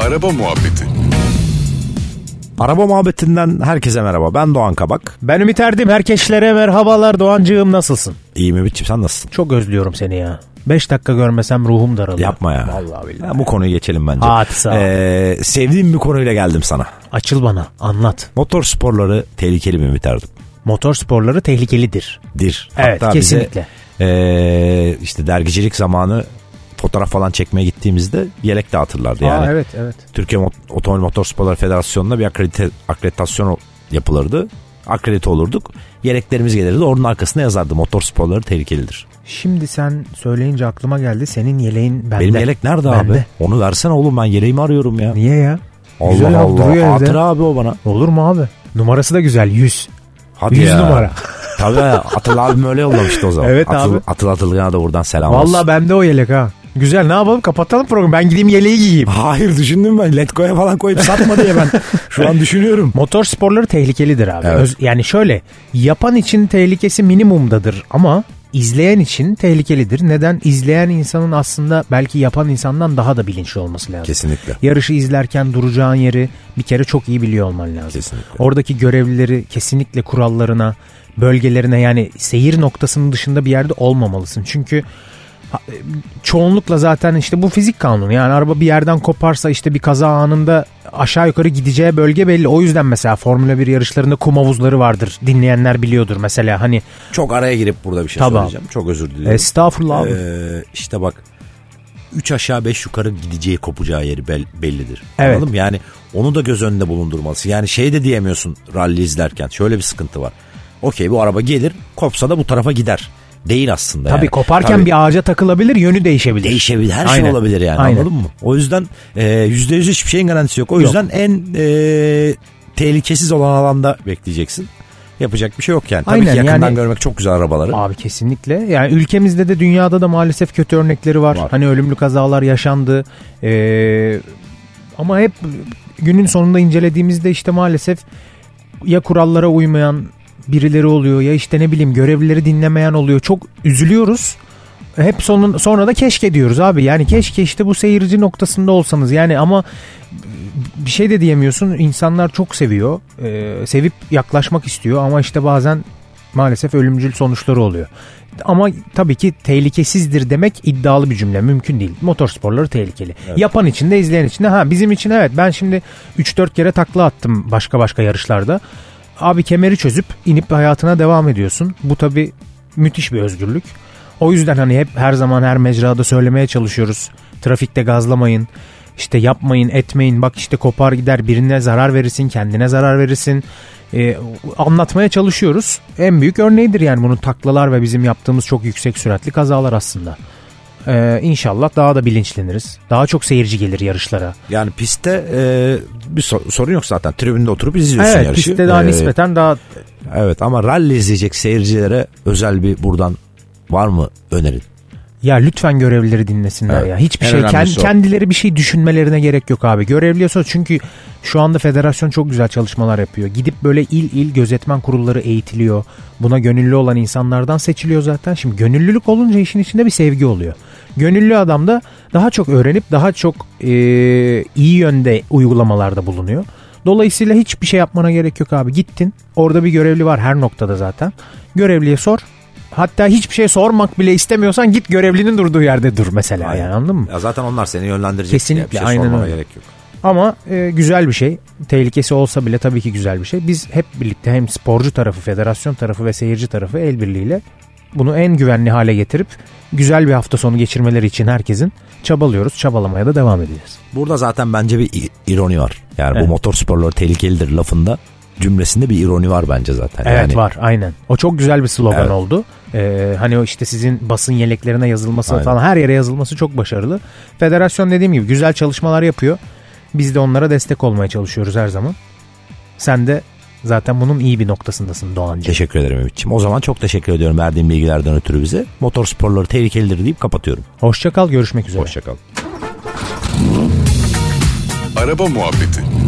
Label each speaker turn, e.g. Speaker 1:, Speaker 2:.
Speaker 1: Araba muhabbeti.
Speaker 2: Araba muhabbetinden herkese merhaba. Ben Doğan Kabak.
Speaker 3: Ben Ümit Erdim. Herkeşlere merhabalar Doğancığım nasılsın?
Speaker 2: İyi mi Ümit'ciğim sen nasılsın?
Speaker 3: Çok özlüyorum seni ya. 5 dakika görmesem ruhum daralıyor.
Speaker 2: Yapma ya.
Speaker 3: Vallahi billahi.
Speaker 2: Ya bu konuyu geçelim bence.
Speaker 3: Hadi sağ ol.
Speaker 2: Ee, sevdiğim bir konuyla geldim sana.
Speaker 3: Açıl bana anlat.
Speaker 2: Motor sporları tehlikeli mi Ümit Erdim?
Speaker 3: Motor sporları tehlikelidir.
Speaker 2: Dir.
Speaker 3: Evet,
Speaker 2: Hatta
Speaker 3: kesinlikle.
Speaker 2: Bize, ee, işte dergicilik zamanı fotoğraf falan çekmeye gittiğimizde yelek dağıtırlardı yani.
Speaker 3: Aa, evet evet.
Speaker 2: Türkiye Mot- Otomobil Motorsporları Federasyonu'na bir akredite, akreditasyon o- yapılırdı. Akredite olurduk. Yeleklerimiz gelirdi. Onun arkasına yazardı. Motor sporları tehlikelidir.
Speaker 3: Şimdi sen söyleyince aklıma geldi senin yeleğin bende.
Speaker 2: Benim yelek nerede abi?
Speaker 3: Bende.
Speaker 2: Onu versene oğlum ben yeleğimi arıyorum ya.
Speaker 3: Niye ya?
Speaker 2: Allah
Speaker 3: Güzel abi,
Speaker 2: Allah.
Speaker 3: duruyor evde.
Speaker 2: Hatır abi o bana.
Speaker 3: Olur mu abi? Numarası da güzel 100.
Speaker 2: Hadi
Speaker 3: 100
Speaker 2: ya.
Speaker 3: numara.
Speaker 2: Tabii Atıl abim öyle yollamıştı o zaman.
Speaker 3: Evet
Speaker 2: Atıl,
Speaker 3: abi.
Speaker 2: Atıl Atılgan'a da buradan selam
Speaker 3: Valla
Speaker 2: olsun.
Speaker 3: bende o yelek ha. Güzel ne yapalım kapatalım programı ben gideyim yeleği giyeyim.
Speaker 2: Hayır düşündüm ben. Letgo'ya falan koyup satma diye ben şu an düşünüyorum.
Speaker 3: Motor sporları tehlikelidir abi.
Speaker 2: Evet.
Speaker 3: Öz- yani şöyle yapan için tehlikesi minimumdadır ama izleyen için tehlikelidir. Neden? İzleyen insanın aslında belki yapan insandan daha da bilinçli olması lazım.
Speaker 2: Kesinlikle.
Speaker 3: Yarışı izlerken duracağın yeri bir kere çok iyi biliyor olman lazım.
Speaker 2: Kesinlikle.
Speaker 3: Oradaki görevlileri kesinlikle kurallarına, bölgelerine yani seyir noktasının dışında bir yerde olmamalısın. Çünkü ha- e, çoğunlukla zaten işte bu fizik kanunu. Yani araba bir yerden koparsa işte bir kaza anında aşağı yukarı gideceği bölge belli. O yüzden mesela Formula 1 yarışlarında kum havuzları vardır. Dinleyenler biliyordur mesela hani
Speaker 2: Çok araya girip burada bir şey
Speaker 3: Tabii abi.
Speaker 2: söyleyeceğim. Çok özür diliyorum.
Speaker 3: estağfurullah abi.
Speaker 2: Ee, işte bak 3 aşağı 5 yukarı gideceği kopacağı yeri bel- bellidir.
Speaker 3: Evet.
Speaker 2: Anladın mı? Yani onu da göz önünde bulundurmalısın. Yani şey de diyemiyorsun ralli izlerken. Şöyle bir sıkıntı var. Okey bu araba gelir kopsa da bu tarafa gider. Değil aslında
Speaker 3: Tabii
Speaker 2: yani.
Speaker 3: koparken
Speaker 2: Tabii
Speaker 3: bir ağaca takılabilir, yönü değişebilir.
Speaker 2: değişebilir. Her şey
Speaker 3: Aynen.
Speaker 2: olabilir yani
Speaker 3: Aynen.
Speaker 2: anladın mı? O yüzden e, %100 hiçbir şeyin garantisi yok. O yüzden en e, tehlikesiz olan alanda bekleyeceksin. Yapacak bir şey yok yani. Tabii
Speaker 3: Aynen,
Speaker 2: ki yakından
Speaker 3: yani-
Speaker 2: görmek çok güzel arabaları.
Speaker 3: Abi kesinlikle. Yani ülkemizde de dünyada da maalesef kötü örnekleri var.
Speaker 2: Var.
Speaker 3: Hani ölümlü kazalar yaşandı. Ee, ama hep günün sonunda incelediğimizde işte maalesef ya kurallara uymayan birileri oluyor ya işte ne bileyim görevlileri dinlemeyen oluyor. Çok üzülüyoruz. Hep sonun sonra da keşke diyoruz abi. Yani keşke işte bu seyirci noktasında olsanız. Yani ama bir şey de diyemiyorsun. İnsanlar çok seviyor. Ee, sevip yaklaşmak istiyor ama işte bazen maalesef ölümcül sonuçları oluyor. Ama tabii ki tehlikesizdir demek iddialı bir cümle. Mümkün değil. Motorsporları tehlikeli. Yapan için de izleyen için de. Ha bizim için evet ben şimdi 3-4 kere takla attım başka başka yarışlarda. Abi kemeri çözüp inip hayatına devam ediyorsun. Bu tabii müthiş bir özgürlük. O yüzden hani hep her zaman her mecrada söylemeye çalışıyoruz. Trafikte gazlamayın. İşte yapmayın etmeyin bak işte kopar gider birine zarar verirsin kendine zarar verirsin Ee, anlatmaya çalışıyoruz en büyük örneğidir yani bunun taklalar ve bizim yaptığımız çok yüksek süratli kazalar aslında Ee, inşallah daha da bilinçleniriz daha çok seyirci gelir yarışlara
Speaker 2: Yani pistte e, bir so- sorun yok zaten. Tribünde oturup izliyorsun
Speaker 3: evet
Speaker 2: yarışı.
Speaker 3: pistte daha
Speaker 2: E,
Speaker 3: nispeten daha
Speaker 2: Evet ama ralli izleyecek seyircilere özel bir buradan var mı önerin?
Speaker 3: Ya lütfen görevlileri dinlesinler
Speaker 2: Evet.
Speaker 3: ya. Hiçbir
Speaker 2: En
Speaker 3: şey
Speaker 2: önemlisi
Speaker 3: kend-
Speaker 2: o.
Speaker 3: kendileri bir şey düşünmelerine gerek yok abi. Görevliye sor çünkü şu anda federasyon çok güzel çalışmalar yapıyor. Gidip böyle il il gözetmen kurulları eğitiliyor. Buna gönüllü olan insanlardan seçiliyor zaten. Şimdi gönüllülük olunca işin içinde bir sevgi oluyor. Gönüllü adam da daha çok öğrenip daha çok e, iyi yönde uygulamalarda bulunuyor. Dolayısıyla hiçbir şey yapmana gerek yok abi. Gittin. Orada bir görevli var her noktada zaten. Görevliye sor. Hatta hiçbir şey sormak bile istemiyorsan git görevlinin durduğu yerde dur mesela yani anladın mı?
Speaker 2: Ya zaten onlar seni yönlendirecek.
Speaker 3: Kesinlikle,
Speaker 2: Bir şey
Speaker 3: aynen
Speaker 2: sormana
Speaker 3: öyle.
Speaker 2: gerek yok.
Speaker 3: Ama e, güzel bir şey. Tehlikesi olsa bile tabii ki güzel bir şey. Biz hep birlikte hem sporcu tarafı, federasyon tarafı ve seyirci tarafı el birliğiyle bunu en güvenli hale getirip güzel bir hafta sonu geçirmeleri için herkesin çabalıyoruz. Çabalamaya da devam edeceğiz.
Speaker 2: Burada zaten bence bir i- ironi var. Yani
Speaker 3: Evet.
Speaker 2: bu motor sporları tehlikelidir lafında cümlesinde bir ironi var bence zaten.
Speaker 3: Evet
Speaker 2: yani,
Speaker 3: var aynen. O çok güzel bir slogan
Speaker 2: Evet.
Speaker 3: oldu. Ee, hani o işte sizin basın yeleklerine yazılması
Speaker 2: Aynen.
Speaker 3: falan her yere yazılması çok başarılı. Federasyon dediğim gibi güzel çalışmalar yapıyor. Biz de onlara destek olmaya çalışıyoruz her zaman. Sen de zaten bunun iyi bir noktasındasın Doğancı.
Speaker 2: Teşekkür ederim Ümit'ciğim. O zaman çok teşekkür ediyorum verdiğin bilgilerden ötürü bize. Motor sporları tehlikelidir deyip kapatıyorum.
Speaker 3: Hoşça kal görüşmek üzere.
Speaker 2: Hoşçakal.
Speaker 1: Araba muhabbeti.